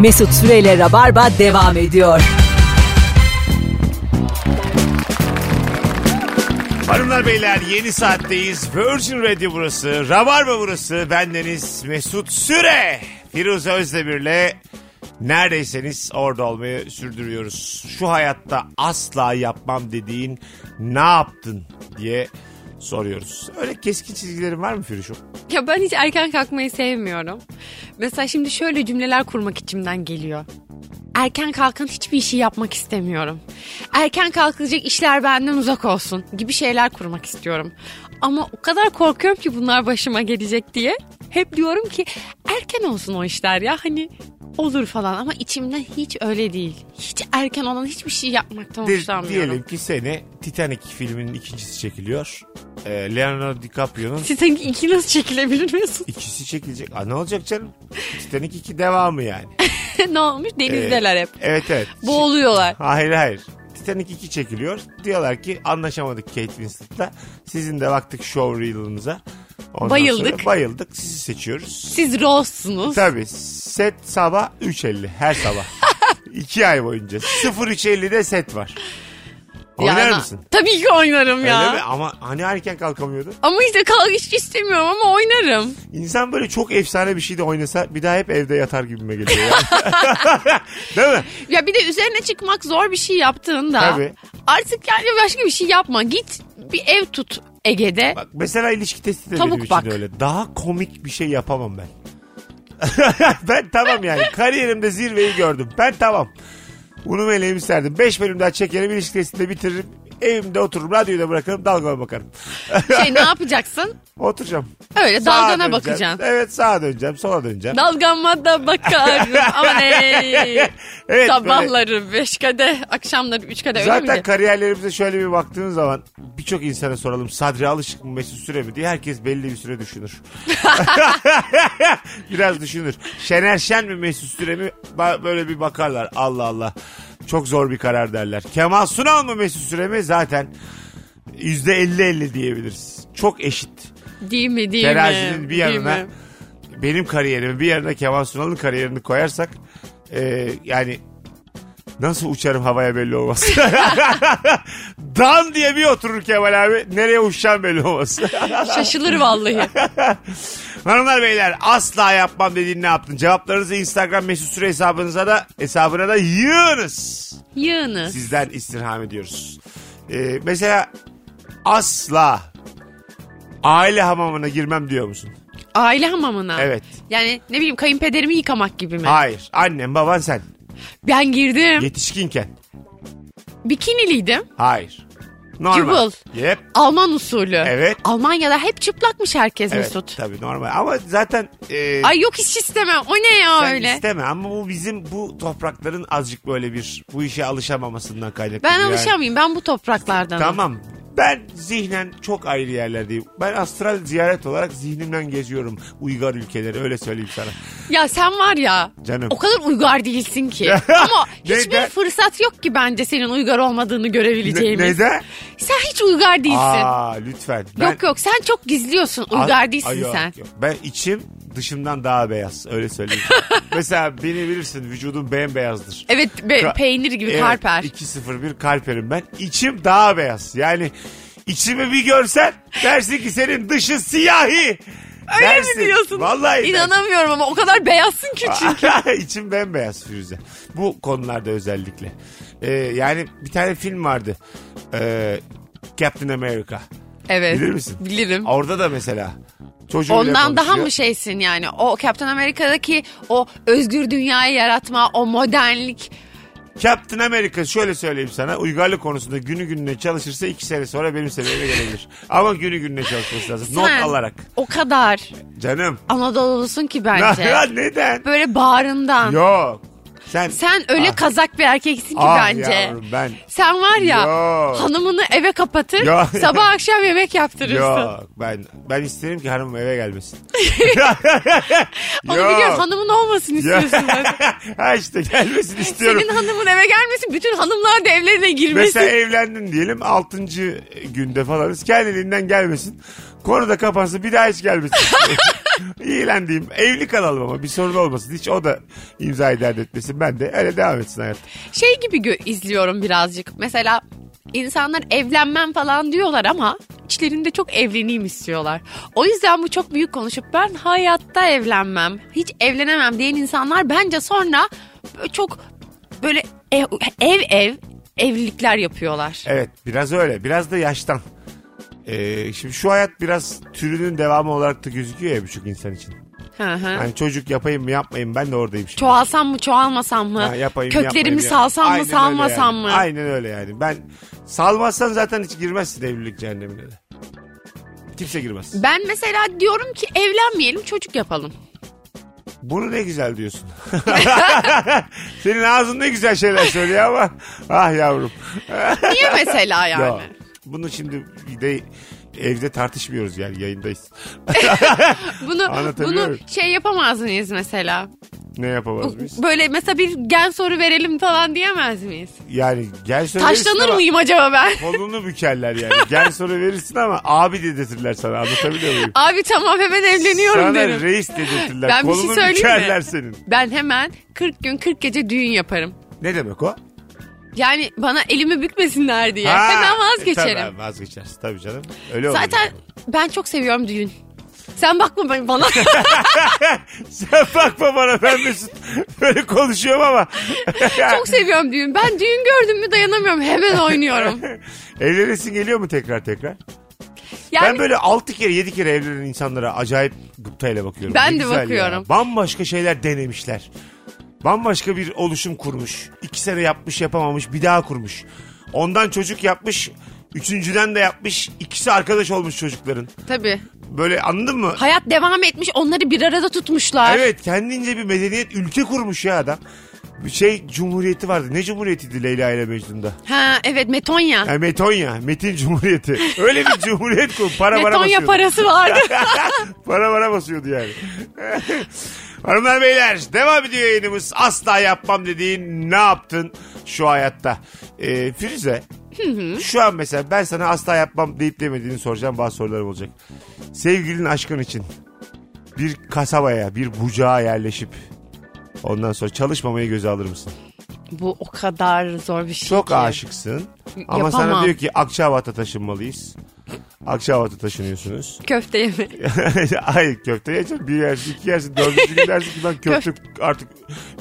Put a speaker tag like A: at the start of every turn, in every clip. A: Mesut Süreyle Rabarba devam ediyor.
B: Hanımlar beyler yeni saatteyiz. Virgin Radio burası. Rabarba burası. Bendeniz Mesut Süre. Firuze Özdemir'le neredeyseniz orada olmayı sürdürüyoruz. Şu hayatta asla yapmam dediğin ne yaptın diye soruyoruz. Öyle keskin çizgilerin var mı Firuş'um?
C: Ya ben hiç erken kalkmayı sevmiyorum. Mesela şimdi şöyle cümleler kurmak içimden geliyor. Erken kalkan hiçbir işi yapmak istemiyorum. Erken kalkılacak işler benden uzak olsun gibi şeyler kurmak istiyorum. Ama o kadar korkuyorum ki bunlar başıma gelecek diye. Hep diyorum ki erken olsun o işler ya hani olur falan ama içimden hiç öyle değil. Hiç erken olan hiçbir şey yapmaktan
B: Di-
C: hoşlanmıyorum.
B: diyelim ki seni Titanic filminin ikincisi çekiliyor. Ee, Leonardo DiCaprio'nun
C: Titanic iki nasıl çekilebilir Mesut?
B: ikisi çekilecek. Aa, ne olacak canım? Titanic 2 devamı yani.
C: ne olmuş? Denizdeler hep.
B: Evet evet.
C: Boğuluyorlar.
B: Hayır hayır. Titanic 2 çekiliyor. Diyorlar ki anlaşamadık Kate Winslet'la. Sizin de baktık showreel'ınıza. Ondan
C: Bayıldık.
B: sonra bayıldık. Sizi seçiyoruz.
C: Siz Rose'sunuz.
B: Tabii set sabah 3.50 her sabah. 2 ay boyunca. 03.50'de set var. Oynar
C: Yani-
B: mısın?
C: Tabii ki oynarım ya.
B: Öyle mi? Ama hani erken kalkamıyordu.
C: Ama işte kavga hiç istemiyorum ama oynarım.
B: İnsan böyle çok efsane bir şey de oynasa bir daha hep evde yatar gibime geliyor. ya. Değil mi?
C: Ya bir de üzerine çıkmak zor bir şey yaptığında.
B: Tabii.
C: Artık yani başka bir şey yapma. Git bir ev tut Ege'de.
B: Bak mesela ilişki testi de
C: Tavuk
B: benim için
C: bak.
B: öyle. Daha komik bir şey yapamam ben. ben tamam yani. Kariyerimde zirveyi gördüm. Ben tamam. Bunu meleğimi serdim. 5 bölüm daha çekerim. ilişki testini bitiririm. Evimde otururum. Radyoyu da bırakırım. Dalgama bakarım.
C: Şey ne yapacaksın?
B: Oturacağım.
C: Öyle
B: Sağa
C: dalgana
B: döneceğim.
C: bakacaksın.
B: Evet sağa döneceğim. Sola döneceğim.
C: Dalgama da bakarım. Aman ey.
B: Evet, böyle-
C: Sabahları beş kade, akşamları üç kade öyle
B: Zaten
C: miydi?
B: kariyerlerimize şöyle bir baktığın zaman birçok insana soralım Sadri Alışık mı Mesut Süre mi diye herkes belli bir süre düşünür. Biraz düşünür. Şener Şen mi Mesut Süre mi Ba- böyle bir bakarlar Allah Allah. Çok zor bir karar derler. Kemal Sunal mı Mesut Süre mi zaten %50-50 diyebiliriz. Çok eşit.
C: Değil mi değil mi?
B: Terazinin bir
C: Değil
B: yanına
C: mi?
B: benim kariyerimi bir yanına Kemal Sunal'ın kariyerini koyarsak e, yani nasıl uçarım havaya belli olmaz. Dan diye bir oturur Kemal abi. Nereye uçacağım belli olmaz.
C: Şaşılır vallahi.
B: Hanımlar beyler asla yapmam dediğin ne yaptın? Cevaplarınızı Instagram mesut süre hesabınıza da hesabına da yığınız.
C: Yığını.
B: Sizden istirham ediyoruz. E, mesela asla aile hamamına girmem diyor musun?
C: Aile hamamına.
B: Evet.
C: Yani ne bileyim kayınpederimi yıkamak gibi mi?
B: Hayır. Annem baban sen.
C: Ben girdim.
B: Yetişkinken.
C: Bikiniliydim.
B: Hayır. Normal. Yep.
C: Alman usulü.
B: Evet.
C: Almanya'da hep çıplakmış herkes
B: Evet,
C: Mesut.
B: Tabii normal. Ama zaten e,
C: Ay yok hiç istemem. O ne ya
B: sen
C: öyle?
B: isteme ama bu bizim bu toprakların azıcık böyle bir bu işe alışamamasından kaynaklı.
C: ben
B: yani.
C: alışamayayım. Ben bu topraklardanım.
B: Tamam. Ben zihnen çok ayrı yerlerdeyim. Ben astral ziyaret olarak zihnimden geziyorum uygar ülkeleri öyle söyleyeyim sana.
C: Ya sen var ya.
B: Canım.
C: O kadar uygar değilsin ki. Ama hiçbir
B: Neden?
C: fırsat yok ki bence senin uygar olmadığını
B: Ne,
C: görebileceğimiz.
B: neden?
C: Sen hiç uygar değilsin.
B: Aa lütfen. Ben-
C: Yok yok sen çok gizliyorsun. Uygar
B: Ay-
C: değilsin
B: Ay, yok,
C: sen.
B: yok. Ben içim dışımdan daha beyaz öyle söyleyeyim. sana. Mesela beni bilirsin vücudum bembeyazdır.
C: Evet be-
B: Ka-
C: peynir gibi
B: Evet,
C: karper.
B: 2-0-1 Karper'im ben. İçim daha beyaz. Yani içimi bir görsen dersin ki senin dışı siyahi.
C: Öyle
B: Dersin.
C: mi diyorsun?
B: Vallahi
C: İnanamıyorum ama o kadar beyazsın ki çünkü.
B: dersin. İçim bembeyaz Firuze. Bu konularda özellikle. Ee, yani bir tane film vardı. Ee, Captain America.
C: Evet.
B: Bilir misin?
C: Bilirim.
B: Orada da mesela çocuğuyla
C: Ondan daha
B: konuşuyor.
C: mı şeysin yani? O Captain Amerika'daki o özgür dünyayı yaratma, o modernlik.
B: Captain America şöyle söyleyeyim sana uygarlık konusunda günü gününe çalışırsa iki sene sonra benim seviyeme gelebilir. Ama günü gününe çalışması lazım. Not
C: Sen
B: alarak.
C: O kadar
B: Canım.
C: Anadolu'lusun ki
B: Ya
C: bence.
B: neden?
C: Böyle bağrından.
B: Yok. Sen,
C: Sen öyle
B: Ah,
C: kazak bir erkeksin ki
B: ah
C: bence.
B: yavrum ben.
C: Sen var ya
B: Yok.
C: hanımını eve kapatır,
B: Yok.
C: sabah akşam yemek yaptırırsın.
B: Yok ben ben isterim ki hanımım eve gelmesin.
C: Onu
B: Yok.
C: biliyorum hanımın olmasın
B: Ya.
C: istiyorsun. böyle.
B: ha işte gelmesin istiyorum.
C: Senin hanımın eve gelmesin, bütün hanımlar da evlerine girmesin.
B: Mesela evlendin diyelim 6. günde falanız kendiliğinden gelmesin. Konu da kapansın bir daha hiç gelmesin. İyilendiğim. Evli kalalım ama bir sorun olmasın. Hiç o da imzayı dert etmesin. Ben de öyle devam etsin hayat.
C: Şey gibi gö- izliyorum birazcık. Mesela insanlar evlenmem falan diyorlar ama içlerinde çok evleneyim istiyorlar. O yüzden bu çok büyük konuşup ben hayatta evlenmem, hiç evlenemem diyen insanlar bence sonra böyle çok böyle ev ev, ev evlilikler yapıyorlar.
B: Evet biraz öyle. Biraz da yaştan. Ee, şimdi şu hayat biraz türünün devamı olarak da gözüküyor ya birçok insan için.
C: Hı hı.
B: Hani çocuk yapayım mı yapmayayım ben de oradayım şimdi.
C: Çoğalsam mı çoğalmasam mı?
B: Ha, yapayım,
C: Köklerimi
B: yapmayayım ya.
C: salsam
B: Aynen
C: mı
B: öyle
C: salmasam
B: yani.
C: mı?
B: Aynen öyle yani. Ben salmazsan zaten hiç girmezsin evlilik cehennemine de. Kimse girmez.
C: Ben mesela diyorum ki evlenmeyelim çocuk yapalım.
B: Bunu ne güzel diyorsun. Senin ağzın ne güzel şeyler söylüyor ama. Ah yavrum.
C: Niye mesela yani?
B: Ya, bunu şimdi bir de evde tartışmıyoruz yani yayındayız.
C: Bunu
B: Anlatabiliyor
C: bunu
B: muyum?
C: şey yapamaz mıyız mesela?
B: Ne yapamaz mıyız?
C: Böyle mesela bir gen soru verelim falan diyemez miyiz?
B: Yani gel söyleriz
C: Taşlanır
B: ama
C: mıyım acaba ben?
B: Kolunu bükerler yani. Gel soru verirsin ama abi dedirtirler sana anlatabiliyor muyum?
C: Abi tamam hemen evleniyorum
B: sana
C: derim.
B: reis dedirtirler.
C: Ben bir şey
B: Kolunu
C: söyleyeyim mi?
B: bükerler senin.
C: Ben hemen 40 gün 40 gece düğün yaparım.
B: Ne demek o?
C: Yani bana elimi bükmesinler diye.
B: Ha,
C: hemen vazgeçerim.
B: Tabii, vazgeçersin tabii canım. Öyle olur.
C: Zaten
B: yani.
C: ben çok seviyorum düğün. Sen bakma ben- bana.
B: Sen bakma bana ben Mesut böyle konuşuyorum ama.
C: çok seviyorum düğün. Ben düğün gördüm mü dayanamıyorum. Hemen oynuyorum.
B: Evlenesin geliyor mu tekrar tekrar?
C: Yani
B: Ben böyle 6 kere 7 kere evlenen insanlara acayip gıptayla bakıyorum.
C: Ben
B: Ne
C: de
B: güzel ya.
C: bakıyorum.
B: Bambaşka şeyler denemişler. Bambaşka bir oluşum kurmuş. 2 sene yapmış yapamamış bir daha kurmuş. Ondan çocuk yapmış. Üçüncüden de yapmış. İkisi arkadaş olmuş çocukların.
C: tabii.
B: Böyle anladın mı?
C: Hayat devam etmiş. Onları bir arada tutmuşlar.
B: Evet kendince bir medeniyet ülke kurmuş ya adam. Bir şey cumhuriyeti vardı. Ne cumhuriyetiydi Leyla ile Mecnun'da?
C: Ha evet Metonya.
B: Yani Metonya, Metin Cumhuriyeti. Öyle bir cumhuriyet kur. Para para
C: Metonya
B: basıyordu.
C: parası vardı.
B: Para para basıyordu yani. Hanımlar beyler devam ediyor yayınımız. Asla yapmam dediğin ne yaptın şu hayatta? Ee, Firuze şu an mesela ben sana asla yapmam deyip demediğini soracağım bazı sorularım olacak. Sevgilin aşkın için bir kasabaya bir bucağa yerleşip ondan sonra çalışmamayı göze alır mısın?
C: Bu o kadar zor bir şey
B: Çok
C: ki.
B: aşıksın ama sana
C: Yapamam.
B: diyor ki Akçabat'a taşınmalıyız. Akçabat'a taşınıyorsunuz.
C: Köfte yeme.
B: Hayır köfte yiyeceksin. Bir yersin, iki yersin, dördüncü gün dersin ki ben köfte artık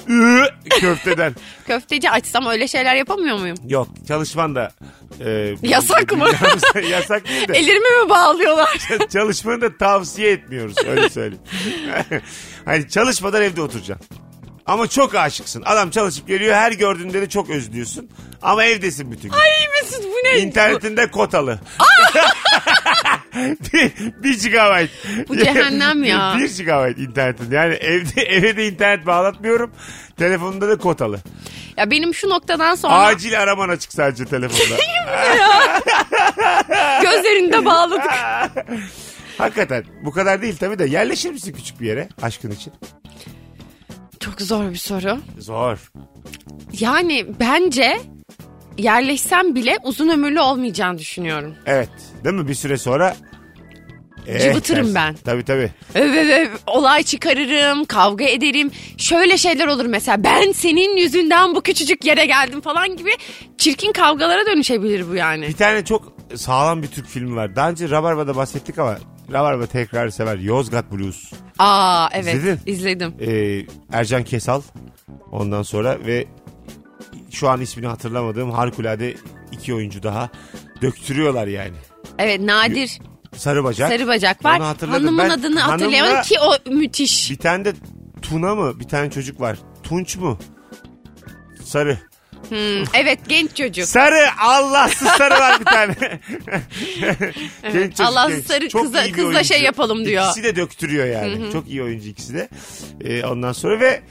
B: Ü, köfteden.
C: Köfteci açsam öyle şeyler yapamıyor muyum?
B: Yok çalışman da e, bu-
C: Yasak
B: bu-
C: mı?
B: Yasak değil de
C: Ellerimi mi bağlıyorlar?
B: çalışmanı da tavsiye etmiyoruz öyle söyleyeyim. hani çalışmadan evde oturacaksın. Ama çok aşıksın. Adam çalışıp geliyor her gördüğünde de çok özlüyorsun. Ama evdesin bütün gün.
C: Ay Mesut bu ne?
B: İnternetinde kotalı. bir, bir gigabyte.
C: Bu cehennem ya.
B: Bir gigabyte internetin. Yani evde eve de internet bağlatmıyorum. Telefonunda da kotalı.
C: Ya benim şu noktadan sonra
B: Acil araman açık sadece telefonda.
C: gözlerinde bağladık.
B: Hakikaten bu kadar değil tabii de yerleşir misin küçük bir yere aşkın için?
C: Çok zor bir soru.
B: Zor.
C: Yani bence yerleşsem bile uzun ömürlü olmayacağını düşünüyorum.
B: Evet. Değil mi? Bir süre sonra eh
C: Cıvıtırım
B: dersin.
C: ben.
B: Tabii tabii.
C: Öv öv öv, olay çıkarırım, kavga ederim. Şöyle şeyler olur mesela. Ben senin yüzünden bu küçücük yere geldim falan gibi çirkin kavgalara dönüşebilir bu yani.
B: Bir tane çok sağlam bir Türk filmi var. Daha önce Rabarba'da bahsettik ama Rabarba tekrar sever. Yozgat Blues.
C: Aa evet
B: İzledin.
C: izledim.
B: Ee, Ercan Kesal ondan sonra ve şu an ismini hatırlamadığım harikulade iki oyuncu daha döktürüyorlar yani.
C: Evet Nadir
B: Sarı bacak.
C: Sarı Bacak var.
B: Onu hatırladım.
C: Hanımın
B: Ben-
C: adını hatırlayamadım
B: hanımla-
C: ki o müthiş.
B: Bir tane de Tuna mı? Bir tane çocuk var. Tunç mu? Sarı.
C: Hmm, evet genç çocuk.
B: Sarı Allahsız sarı var bir tane. Genç çocuk,
C: Allahsız
B: genç.
C: sarı
B: Çok
C: kıza-
B: iyi bir
C: kızla
B: oyuncu.
C: şey yapalım diyor.
B: İkisi de döktürüyor yani. Çok iyi oyuncu ikisi de. Ee, ondan sonra ve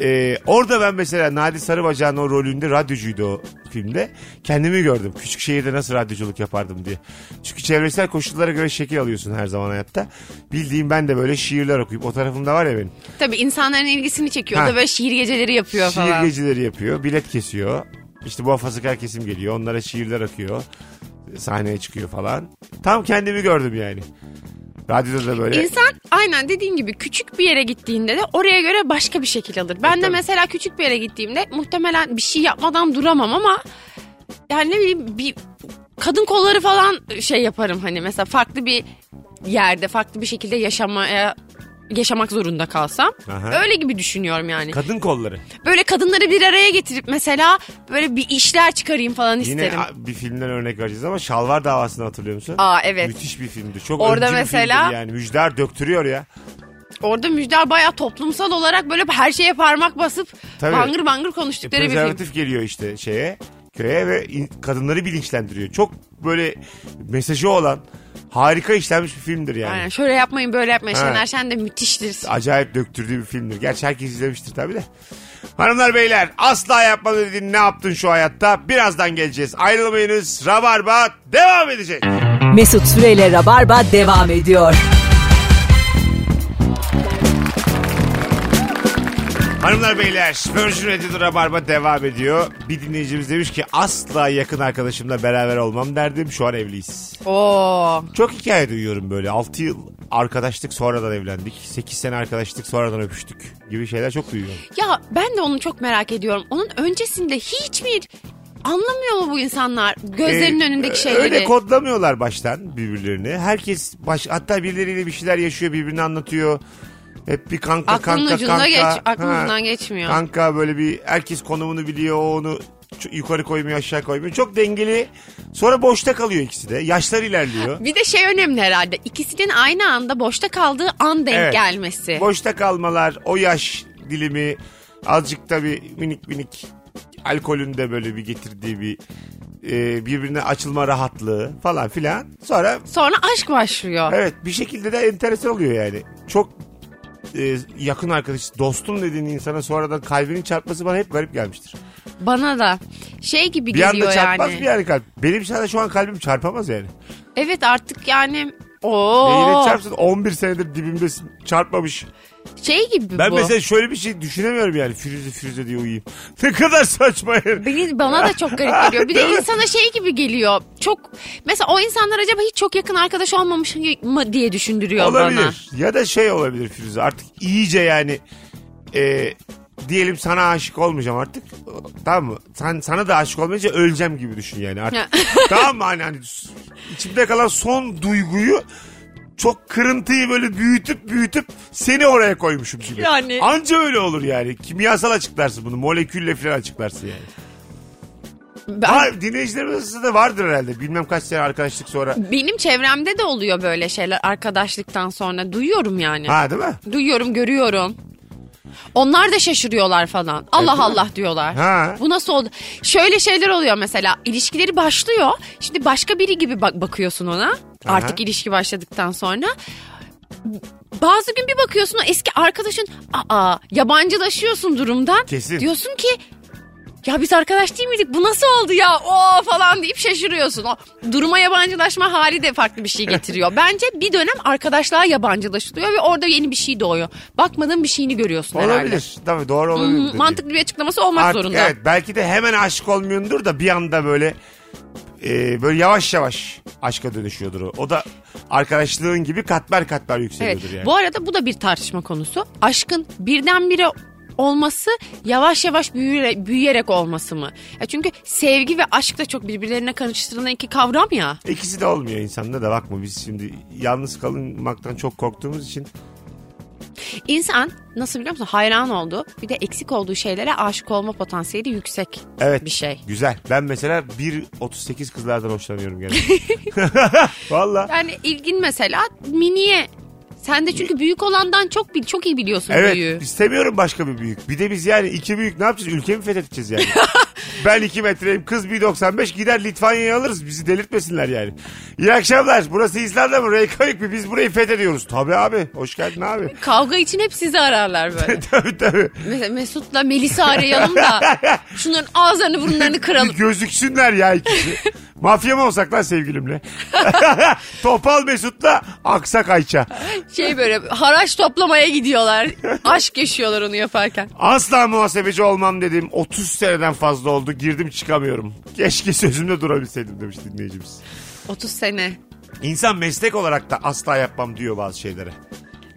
B: e, orada ben mesela Nadir Sarıbacak'ın o rolünde radyocuydu o filmde. Kendimi gördüm. Küçük şehirde nasıl radyoculuk yapardım diye. Çünkü çevresel koşullara göre şekil alıyorsun her zaman hayatta. Bildiğim ben de böyle şiirler okuyup o tarafımda var ya benim.
C: Tabii insanların ilgisini çekiyor. O
B: Ha.
C: da böyle şiir geceleri yapıyor
B: Şiir
C: falan.
B: geceleri yapıyor. Bilet kesiyor. İşte muhafazakar kesim geliyor. Onlara şiirler akıyor. Sahneye çıkıyor falan. Tam kendimi gördüm yani. Radyoda da böyle.
C: İnsan aynen dediğin gibi küçük bir yere gittiğinde de oraya göre başka bir şekil alır. Ben de
B: E, tabii.
C: mesela küçük bir yere gittiğimde muhtemelen bir şey yapmadan duramam ama yani ne bileyim bir kadın kolları falan şey yaparım hani mesela farklı bir yerde farklı bir şekilde yaşamaya yaşamak zorunda kalsam.
B: Aha.
C: Öyle gibi düşünüyorum yani.
B: Kadın kolları.
C: Böyle kadınları bir araya getirip mesela böyle bir işler çıkarayım falan
B: Yine
C: isterim.
B: a- bir filmden örnek vereceğiz ama Şalvar davasını hatırlıyor musun?
C: Aa evet.
B: Müthiş bir filmdi. Çok
C: Orada
B: Orada mesela
C: mesela-
B: yani. Müjder döktürüyor ya.
C: Orada Müjdar bayağı toplumsal olarak böyle her şeye parmak basıp
B: Tabii.
C: bangır bangır
B: E,
C: konuştukları bir film.
B: Prezervatif geliyor işte şeye köye ve in- kadınları bilinçlendiriyor. Çok böyle mesajı olan harika işlenmiş bir filmdir yani.
C: Aynen. Şöyle yapmayın böyle yapmayın.
B: Ha.
C: Şener Şen de müthiştir.
B: Acayip döktürdüğü bir filmdir. Gerçi herkes izlemiştir tabii de. Hanımlar beyler asla yapma dediğin ne yaptın şu hayatta? Birazdan geleceğiz. Ayrılmayınız. Rabarba devam edecek.
A: Mesut Süreyle Rabarba devam ediyor.
B: Hanımlar beyler Virgin Radio Rabarba devam ediyor. Bir dinleyicimiz demiş ki asla yakın arkadaşımla beraber olmam derdim. Şu an evliyiz.
C: Oo.
B: Çok hikaye duyuyorum böyle. 6 yıl arkadaşlık sonradan evlendik. 8 sene arkadaşlık sonradan öpüştük gibi şeyler çok duyuyorum.
C: Ya ben de onu çok merak ediyorum. Onun öncesinde hiçbir anlamıyor mu bu insanlar gözlerinin
B: Ee,
C: önündeki
B: ö-
C: şeyleri?
B: Öyle kodlamıyorlar baştan birbirlerini. Herkes baş, hatta birileriyle bir şeyler yaşıyor birbirine anlatıyor. Hep bir kanka
C: Aklının
B: kanka
C: ucunda
B: kanka.
C: geç- aklının
B: Ha,
C: ucundan geçmiyor.
B: Kanka böyle bir herkes konumunu biliyor o onu ç- yukarı koymuyor aşağı koymuyor. Çok dengeli. Sonra boşta kalıyor ikisi de. Yaşlar ilerliyor.
C: Bir de şey önemli herhalde. İkisinin aynı anda boşta kaldığı an denk
B: Evet.
C: gelmesi.
B: Boşta kalmalar, o yaş dilimi azıcık da bir minik minik alkolün de böyle bir getirdiği bir e, birbirine açılma rahatlığı falan filan. Sonra
C: Sonra aşk başlıyor.
B: evet bir şekilde de enteresan oluyor yani. Çok e, yakın arkadaş, dostum dediğin insana sonradan kalbinin çarpması bana hep garip gelmiştir.
C: Bana da şey gibi
B: Bir
C: geliyor
B: anda çarpmaz
C: yani.
B: bir yani kalp. Benim sana şu an kalbim çarpamaz yani.
C: Evet artık yani o
B: Neyine çarpsın 11 senedir dibimdesin çarpmamış.
C: şey gibi
B: Ben
C: bu.
B: mesela şöyle bir şey düşünemiyorum yani. Firuze Firuze diye uyuyayım. Ne kadar saçma yani.
C: Beni- bana da çok garip geliyor. Bir de insana şey gibi geliyor. Çok mesela o insanlar acaba hiç çok yakın arkadaş olmamış mı diye düşündürüyor bana.
B: Olabilir. Ya da şey olabilir Firuze artık iyice yani e, diyelim sana aşık olmayacağım artık. Tamam mı? Sen, sana da aşık olmayınca öleceğim gibi düşün yani artık.
C: Ya.
B: tamam mı? Hani, hani içimde kalan son duyguyu çok kırıntıyı böyle büyütüp büyütüp seni oraya koymuşum gibi.
C: Yani.
B: Anca öyle olur yani. Kimyasal açıklarsın bunu. Molekülle falan açıklarsın yani.
C: Ben-
B: Var, dinleyicilerimiz arasında da vardır herhalde. Bilmem kaç sene arkadaşlık sonra.
C: benim çevremde de oluyor böyle şeyler arkadaşlıktan sonra duyuyorum yani.
B: Ha değil mi?
C: Duyuyorum, görüyorum. Onlar da şaşırıyorlar falan. Allah Allah diyorlar.
B: Ha.
C: Bu nasıl oldu? Şöyle şeyler oluyor mesela. İlişkileri başlıyor. Şimdi başka biri gibi bak- bakıyorsun ona. Artık ilişki başladıktan sonra. Bazı gün bir bakıyorsun o eski arkadaşın aa yabancılaşıyorsun durumdan.
B: Kesin.
C: Diyorsun ki ya biz arkadaş değil miydik bu nasıl oldu ya o falan deyip şaşırıyorsun. O duruma yabancılaşma hali de farklı bir şey getiriyor. Bence bir dönem arkadaşlığa yabancılaşılıyor ve orada yeni bir şey doğuyor. Bakmadığın bir şeyini görüyorsun herhalde.
B: Olabilir. Tabii doğru olabilir.
C: Hı,
B: dediğin.
C: Mantıklı bir açıklaması olmak
B: Artık
C: zorunda.
B: Evet belki de hemen aşık olmuyordur da bir anda böyle e, böyle yavaş yavaş aşka dönüşüyordur o. O da arkadaşlığın gibi katmer katmer
C: Evet.
B: yükseliyordur yani.
C: Bu arada bu da bir tartışma konusu. Aşkın birdenbire olması yavaş yavaş büyüyerek, büyüyerek olması mı? Ya çünkü sevgi ve aşk da çok birbirlerine karıştırılan iki kavram ya.
B: İkisi de olmuyor insanda da bakma biz şimdi yalnız kalınmaktan çok korktuğumuz için
C: İnsan nasıl biliyor musun hayran oldu. Bir de eksik olduğu şeylere aşık olma potansiyeli yüksek
B: evet
C: bir şey.
B: güzel. Ben mesela 1.38 kızlardan hoşlanıyorum genelde. Valla.
C: Yani ilgin mesela miniye. Sen de çünkü büyük olandan çok bil, çok iyi biliyorsun
B: Evet
C: büyüğü.
B: istemiyorum başka bir büyük. Bir de biz yani iki büyük ne yapacağız? Ülkemi fethedeceğiz yani. ben iki metreyim kız 1.95 gider Litvanya'yı alırız. Bizi delirtmesinler yani. İyi akşamlar. Burası İzlanda mı? Reykjavik mi? Biz burayı fethediyoruz. Tabii abi. Hoş geldin abi.
C: Kavga için hep sizi ararlar böyle.
B: tabii tabii.
C: Mes- Mesut'la Melis'i arayalım da şunların ağızlarını burunlarını
B: Bir
C: kıralım.
B: gözüksünler ya ikisi. Mafya mı olsak lan sevgilimle? Topal Mesut'la Aksak Ayça.
C: Şey böyle haraç toplamaya gidiyorlar. Aşk yaşıyorlar onu yaparken.
B: Asla muhasebeci olmam dedim. 30 seneden fazla oldu. Girdim çıkamıyorum. Keşke sözümde durabilseydim demiş dinleyicimiz.
C: 30 sene.
B: İnsan meslek olarak da asla yapmam diyor bazı şeylere.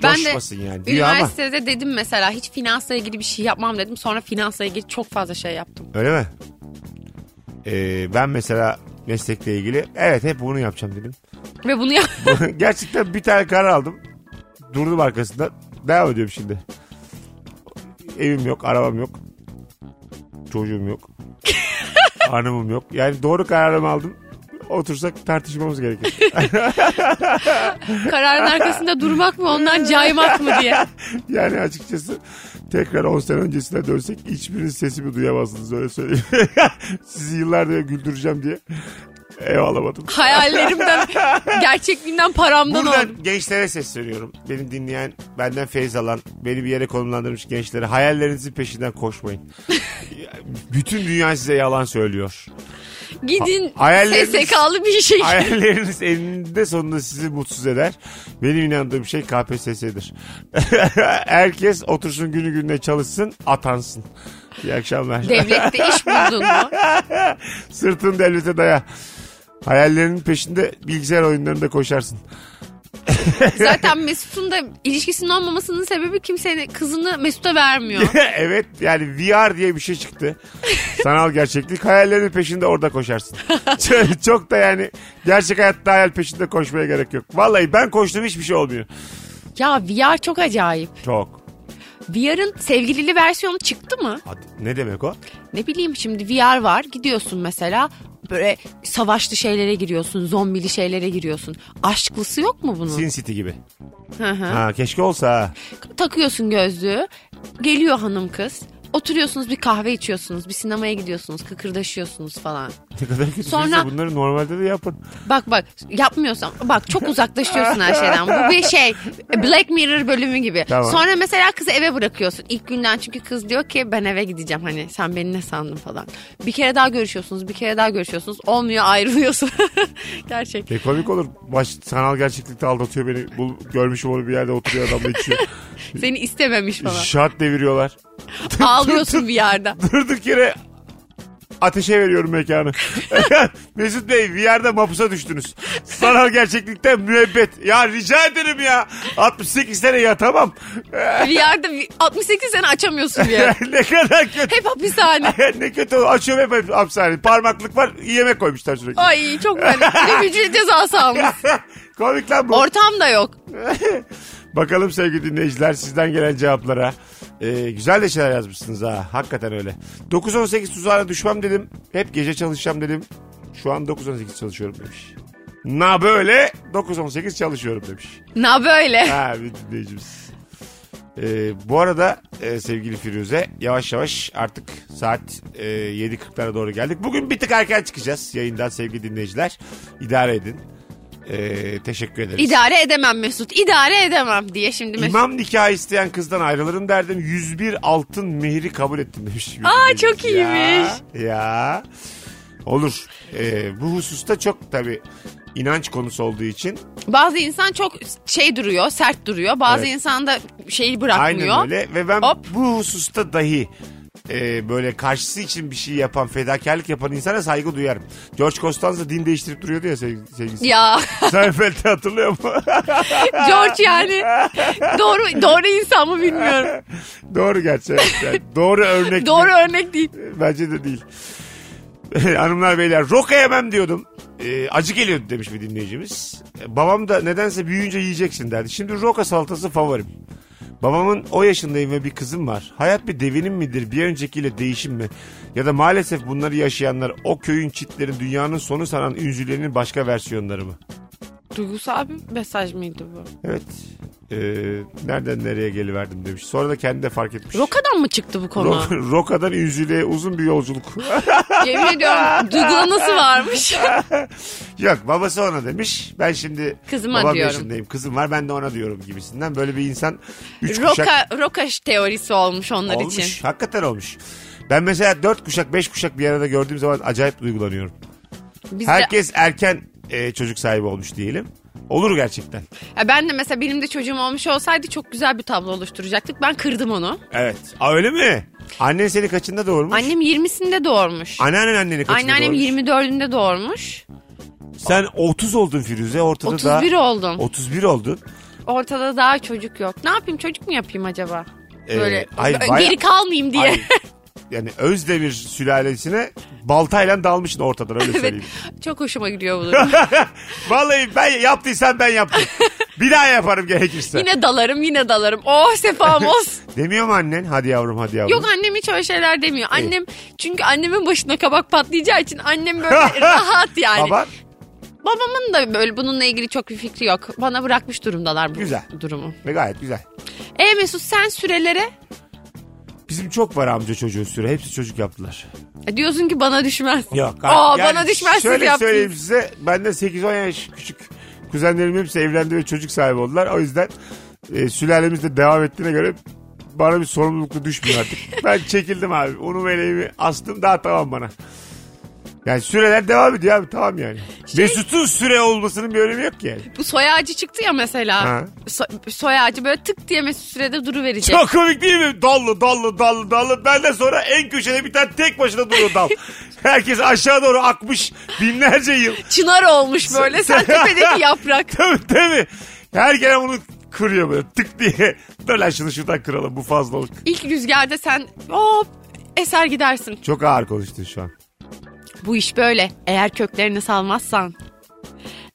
C: Ben
B: Coşmasın
C: de
B: yani. Diyor ama.
C: üniversitede dedim mesela hiç finansla ilgili bir şey yapmam dedim. Sonra finansla ilgili çok fazla şey yaptım.
B: Öyle mi? Ee, ben mesela meslekle ilgili evet hep bunu yapacağım dedim.
C: Ve bunu yap
B: Gerçekten bir tane karar aldım. Durdum arkasında. Devam ediyorum şimdi. Evim yok, arabam yok. Çocuğum yok. Hanımım yok. Yani doğru kararımı aldım. Otursak tartışmamız gerekir.
C: kararın arkasında durmak mı ondan caymak mı diye.
B: Yani açıkçası tekrar 10 sene öncesine dönsek hiçbiriniz sesimi duyamazsınız öyle söyleyeyim. Sizi yıllardır güldüreceğim diye ev alamadım.
C: Hayallerimden, gerçekliğimden paramdan
B: Buradan
C: oldum.
B: gençlere sesleniyorum. Beni dinleyen, benden feyz alan, beni bir yere konumlandırmış gençlere hayallerinizin peşinden koşmayın. Ya, Bütün dünya size yalan söylüyor.
C: Gidin
B: Ha- hayalleriniz-
C: SSK'lı bir şey.
B: Hayalleriniz eninde sonunda sizi mutsuz eder. Benim inandığım şey KPSS'dir. Herkes otursun günü gününe çalışsın, atansın. İyi akşamlar.
C: Devlette iş buldun mu?
B: Sırtını devlete daya. Hayallerinin peşinde bilgisayar oyunlarında koşarsın.
C: Zaten Mesut'un da ilişkisinin olmamasının sebebi kimsenin kızını Mesut'a vermiyor.
B: evet yani VR diye bir şey çıktı. Sanal gerçeklik. Hayallerin peşinde orada koşarsın. Ç- Çok da yani gerçek hayatta hayal peşinde koşmaya gerek yok. Vallahi ben koştum hiçbir şey olmuyor.
C: ya VR çok acayip.
B: Çok.
C: VR'ın sevgilili versiyonu çıktı mı?
B: Hadi, ne demek o?
C: Ne bileyim şimdi VR var gidiyorsun mesela böyle savaşlı şeylere giriyorsun, zombili şeylere giriyorsun. Aşklısı yok mu bunun?
B: Sin City gibi.
C: Hı hı.
B: Ha, keşke olsa. ha.
C: Takıyorsun gözlüğü. Geliyor hanım kız. Oturuyorsunuz bir kahve içiyorsunuz, bir sinemaya gidiyorsunuz, kıkırdaşıyorsunuz falan.
B: Ne kadar kötü
C: Sonra-
B: Sonra... bunları normalde de yapın.
C: Bak bak yapmıyorsan bak çok uzaklaşıyorsun her şeyden. Bu bir şey Black Mirror bölümü gibi.
B: Tamam.
C: Sonra mesela kızı eve bırakıyorsun ilk günden çünkü kız diyor ki ben eve gideceğim hani sen beni ne sandın falan. Bir kere daha görüşüyorsunuz bir kere daha görüşüyorsunuz olmuyor ayrılıyorsun. Gerçek.
B: Ne E, komik olur. Baş, sanal gerçeklikte aldatıyor beni. Bul, görmüşüm onu bir yerde oturuyor adamla içiyor.
C: Seni istememiş falan.
B: Şart deviriyorlar.
C: Ağlıyorsun bir yerde.
B: Durduk yere ateşe veriyorum mekanı. Mesut Bey bir yerde mapusa düştünüz. Sanal gerçeklikten müebbet. Ya rica ederim ya. 68 sene yatamam.
C: Bir yerde bir- 68 sene açamıyorsun bir yerde.
B: ne kadar kötü.
C: Hep hapishane.
B: ne kötü açıyorum hep hapishane. Parmaklık var yemek koymuşlar sürekli.
C: Ay çok fena. Bir mücret cezası almış.
B: Komik lan bu.
C: Ortam da yok.
B: Bakalım sevgili dinleyiciler sizden gelen cevaplara. Ee, güzel de şeyler yazmışsınız ha. Hakikaten öyle. 9-18 tuzağına düşmem dedim. Hep gece çalışacağım dedim. Şu an 9-18 çalışıyorum demiş. Na böyle 9-18 çalışıyorum demiş.
C: Na böyle.
B: Ha bir dinleyicimiz. Ee, bu arada e, sevgili Firuze yavaş yavaş artık saat e, 7.40'lara doğru geldik. Bugün bir tık erken çıkacağız yayından sevgili dinleyiciler. İdare edin. Ee, teşekkür ederiz.
C: İdare edemem Mesut. İdare edemem diye şimdi Mesut.
B: İmam nikahı isteyen kızdan ayrılırım derdim. 101 altın mehri kabul ettim demiş.
C: Aa, çok iyiymiş.
B: Ya, ya. olur. Ee, bu hususta çok tabii inanç konusu olduğu için
C: Bazı insan çok şey duruyor, sert duruyor. Bazı
B: Evet.
C: insan da şeyi bırakmıyor.
B: aynen öyle. Ve ben
C: Hop.
B: bu hususta dahi e, böyle karşısı için bir şey yapan, fedakarlık yapan insana saygı duyarım. George Costanza din değiştirip duruyordu ya sevgili, sevgilisi.
C: Ya
B: Seinfeld'i hatırlıyor mu?
C: George yani doğru doğru insan mı bilmiyorum.
B: Doğru gerçi. evet. Yani doğru örnek.
C: Doğru örnek değil.
B: Bence de değil. Hanımlar beyler roka yemem diyordum. Ee, acı geliyordu demiş bir dinleyicimiz. Ee, Babam da nedense büyüyünce yiyeceksin derdi. Şimdi roka salatası favorim. Babamın o yaşındayım ve bir kızım var. Hayat bir devinim midir? Bir öncekiyle değişim mi? Ya da maalesef bunları yaşayanlar o köyün çitlerin dünyanın sonu sanan ünzülerinin başka versiyonları mı?
C: Duygusal bir mesaj mıydı bu?
B: Evet. Ee, nereden nereye geliverdim demiş. Sonra da kendi de fark etmiş.
C: Roka'dan mı çıktı bu konu?
B: Ro- Roka'dan ünzüleye uzun bir yolculuk.
C: Yemin ediyorum duygulanası varmış.
B: Yok babası ona demiş. Ben şimdi
C: Kızıma
B: babam
C: diyorum.
B: yaşındayım. Kızım var ben de ona diyorum gibisinden. Böyle bir insan üç kuşak
C: Roka, Roka teorisi olmuş onlar
B: olmuş.
C: için.
B: Hakikaten olmuş. Ben mesela dört kuşak beş kuşak bir arada gördüğüm zaman acayip duygulanıyorum.
C: Biz de-
B: Herkes erken e, çocuk sahibi olmuş diyelim. Olur gerçekten.
C: Ya ben de mesela benim de çocuğum olmuş olsaydı çok güzel bir tablo oluşturacaktık. Ben kırdım onu.
B: Evet. Aa, öyle mi? Annen seni kaçında doğurmuş?
C: Annem 20'sinde doğurmuş.
B: Anneannen anneni kaçında
C: Anneannem
B: doğurmuş?
C: 24'ünde doğurmuş.
B: Sen 30 oldun Firuze ortada da.
C: 31 oldum.
B: 31 oldun.
C: Ortada daha çocuk yok. Ne yapayım çocuk mu yapayım acaba?
B: Ee,
C: Böyle
B: hayır,
C: geri
B: bayağı-
C: kalmayayım diye.
B: Ay, yani Özdemir sülalesine baltayla dalmışsın ortadan öyle
C: evet.
B: söyleyeyim.
C: Çok hoşuma gidiyor bu durum.
B: Vallahi ben yaptıysam ben yaptım. Bir daha yaparım gerekirse.
C: yine dalarım yine dalarım. Oh sefam olsun.
B: Demiyor mu annen? Hadi yavrum hadi yavrum.
C: Yok annem hiç öyle şeyler demiyor. Annem çünkü annemin başına kabak patlayacağı için annem böyle rahat yani.
B: Baba
C: Babamın da böyle bununla ilgili çok bir fikri yok. Bana bırakmış durumdalar bu
B: Güzel.
C: durumu.
B: ve gayet güzel.
C: E Mesut sen sürelere
B: Bizim çok var amca çocuğu süre. Hepsi çocuk yaptılar.
C: E, diyorsun ki bana düşmez.
B: Yok.
C: Aa,
B: yani
C: bana düşmez siz
B: Şöyle
C: yaptınız.
B: söyleyeyim size. Benden 8-10 yaş küçük kuzenlerim hepsi evlendi ve çocuk sahibi oldular. O yüzden e, sülalemiz de devam ettiğine göre bana bir sorumlulukla düşmüyor artık. ben çekildim abi. Onu meleğimi astım daha tamam bana. Yani süreler devam ediyor abi tamam yani.
C: Şey-
B: Mesut'un süre olmasının bir önemi yok ki yani.
C: Bu soy ağacı çıktı ya mesela.
B: Ha.
C: So- soy ağacı böyle tık diye Mesut sürede duru verecek.
B: Çok komik değil mi? Dallı dallı dallı dallı. Benden sonra en köşede bir tane tek başına duruyor dal. Herkes aşağı doğru akmış binlerce yıl.
C: Çınar olmuş böyle. Sen tepedeki yaprak.
B: tabii tabii. Her gelen bunu kırıyor böyle tık diye. Dur lan şunu şuradan kıralım bu fazlalık.
C: İlk rüzgarda sen hop eser gidersin.
B: Çok ağır konuştun şu an.
C: Bu iş böyle. Eğer köklerini salmazsan,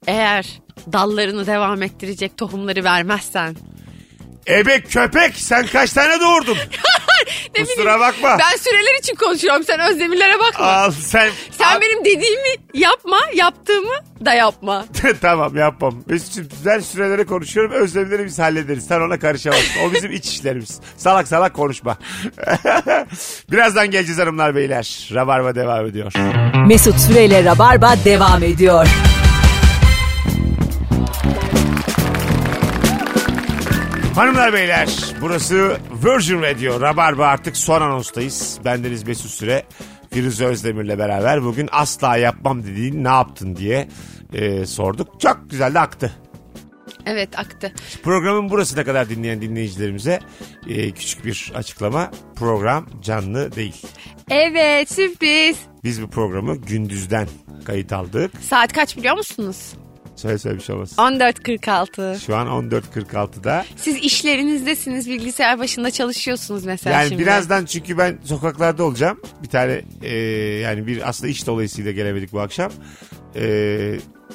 C: eğer dallarını devam ettirecek tohumları vermezsen.
B: Ebe köpek sen kaç tane doğurdun?
C: Ne
B: Kusura bakma.
C: Ben süreler için konuşuyorum. Sen özdemirlere bakma.
B: Al sen.
C: Sen
B: Al-
C: benim dediğimi yapma, yaptığımı da yapma.
B: tamam yapmam. Mesut'cum ben sürelere konuşuyorum. Özlemleri biz hallederiz. Sen ona karışamazsın. O bizim iç işlerimiz. Salak salak konuşma. Birazdan geleceğiz hanımlar beyler. Rabarba devam ediyor.
A: Mesut Süreyle Rabarba devam ediyor.
B: Hanımlar beyler burası Virgin Radio Rabarba artık son anonstayız. Bendeniz Mesut Süre Firuze Özdemir'le beraber bugün asla yapmam dediğin ne yaptın diye e, sorduk. Çok güzel de aktı.
C: Evet aktı.
B: Programın burasına kadar dinleyen dinleyicilerimize e, küçük bir açıklama. Program canlı değil.
C: Evet sürpriz.
B: Biz bu programı gündüzden kayıt aldık.
C: Saat kaç biliyor musunuz?
B: Söyle söyle bir şey olmaz.
C: 14.46.
B: Şu an 14.46'da.
C: Siz işlerinizdesiniz, bilgisayar başında çalışıyorsunuz mesela
B: Yani
C: şimdi.
B: birazdan çünkü ben sokaklarda olacağım. Bir tane e, yani bir aslında iş dolayısıyla gelemedik bu akşam. E,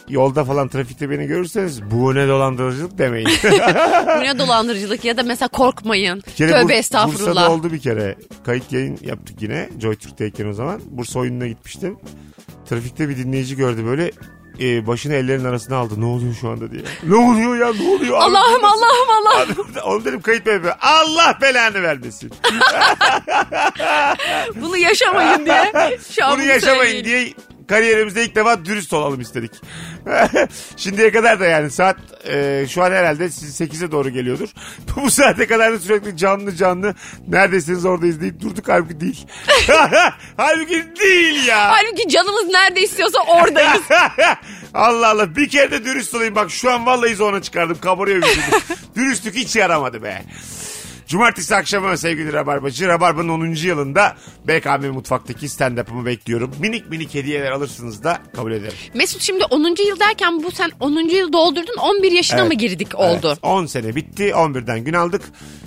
B: yolda falan trafikte beni görürseniz bu ne dolandırıcılık demeyin.
C: Buraya dolandırıcılık ya da mesela korkmayın.
B: Bir kere
C: Tövbe
B: Bur-
C: estağfurullah.
B: Bursa'da oldu bir kere. Kayıt yayın yaptık yine. Joy Türk'teyken o zaman. Bursa oyununa gitmiştim. Trafikte bir dinleyici gördü böyle. e, başını ellerinin arasına aldı. Ne oluyor şu anda diye. Ne oluyor ya ne oluyor?
C: Allah'ım
B: Anlatın.
C: Allah'ım Allah'ım.
B: Onu dedim kayıt bebe. Allah belanı vermesin.
C: Bunu yaşamayın diye. Şu an
B: Bunu yaşamayın
C: söyleyelim.
B: diye kariyerimizde ilk defa dürüst olalım istedik. Şimdiye kadar da yani saat e, şu an herhalde siz 8'e doğru geliyordur. Bu saate kadar da sürekli canlı canlı neredesiniz oradayız deyip durduk halbuki değil. halbuki değil ya.
C: Halbuki canımız nerede istiyorsa oradayız.
B: Allah Allah bir kere de dürüst olayım bak şu an vallahi zona çıkardım kabarıyor vücudum. Dürüstlük hiç yaramadı be. Cumartesi akşamı sevgili Rabarbacı. Rabarba'nın 10. yılında BKM Mutfak'taki stand-up'ımı bekliyorum. Minik minik hediyeler alırsınız da kabul ederim.
C: Mesut şimdi 10. yıl derken bu sen 10. yıl doldurdun 11 yaşına
B: Evet.
C: mı girdik oldu?
B: Evet, 10 sene bitti. 11'den gün aldık.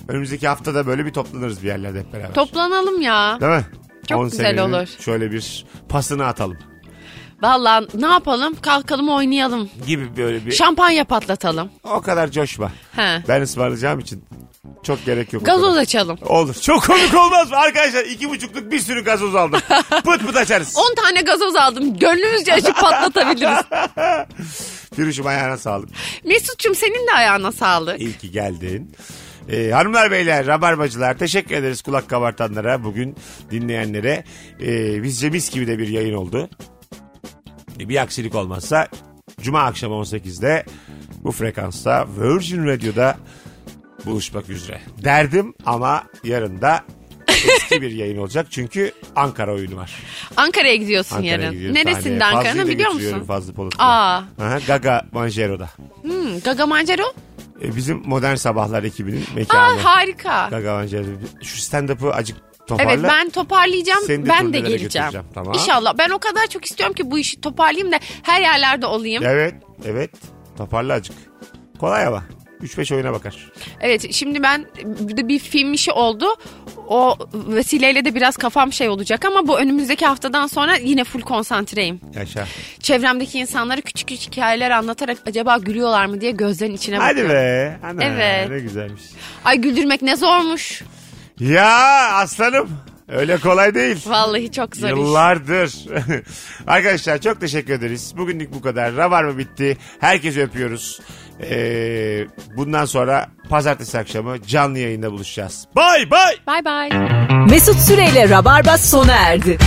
B: Önümüzdeki haftada böyle bir toplanırız bir yerlerde hep beraber.
C: Toplanalım ya.
B: Değil mi?
C: Çok
B: 10
C: güzel
B: senenin
C: olur.
B: Şöyle bir pasını atalım
C: Vallahi ne yapalım? Kalkalım oynayalım.
B: gibi böyle bir
C: Şampanya patlatalım.
B: o kadar coşma.
C: He.
B: Ben ısmarlayacağım için çok gerek yok. o kadar.
C: Gazoz açalım.
B: Olur. Çok komik olmaz mı? Arkadaşlar iki buçukluk bir sürü gazoz aldım. Pıt pıt açarız.
C: 10 tane gazoz aldım. Gönlümüzce açıp patlatabiliriz.
B: Firuş'um ayağına sağlık.
C: Mesut'cum senin de ayağına sağlık.
B: İyi ki geldin. Ee, hanımlar beyler, rabarbacılar teşekkür ederiz kulak kabartanlara, bugün dinleyenlere. Ee, bizce mis gibi de bir yayın oldu. Ee, Bir aksilik olmazsa Cuma akşam 18'de bu frekansta Virgin Radio'da buluşmak üzere. Derdim ama yarın da eski bir yayın olacak çünkü Ankara oyunu var.
C: Ankara'ya gidiyorsun
B: Ankara'ya
C: yarın.
B: gidiyoruz
C: Neresinde
B: sahneye. Fazlı'yı
C: Ankara'nın
B: da
C: biliyor
B: götürüyorum,
C: musun?
B: Fazlı Polat'ı.
C: Aa.
B: Aha, Gaga Manjero'da.
C: Hmm, Gaga Mancero?
B: E, bizim Modern Sabahlar ekibinin
C: Aa
B: mekanı.
C: harika.
B: Gaga Manjero. Şu stand-up'ı acık toparla.
C: Evet ben toparlayacağım.
B: Seni de
C: ben de
B: turnelere
C: geleceğim.
B: götüreceğim, tamam.
C: İnşallah. Ben o kadar çok istiyorum ki bu işi toparlayayım da her yerlerde olayım.
B: Evet, evet. Toparla acık. Kolay ama. 3-5 oyuna bakar.
C: Evet şimdi ben bir bir film işi oldu. O vesileyle de biraz kafam şey olacak ama bu önümüzdeki haftadan sonra yine full konsantreyim.
B: Yaşa.
C: Çevremdeki insanlara küçük küçük hikayeler anlatarak acaba gülüyorlar mı diye gözlerin içine bakıyorum.
B: Hadi be. Ana,
C: Evet.
B: Ne güzelmiş.
C: Ay güldürmek ne zormuş.
B: Ya aslanım. Öyle kolay değil.
C: Vallahi çok zor iş.
B: Yıllardır. Arkadaşlar çok teşekkür ederiz. Bugünlük bu kadar. Rabarba bitti. Herkesi öpüyoruz. Ee, bundan sonra pazartesi akşamı canlı yayında buluşacağız. Bay bay.
C: Bay bay.
A: Mesut Süreyle Rabarba sona erdi.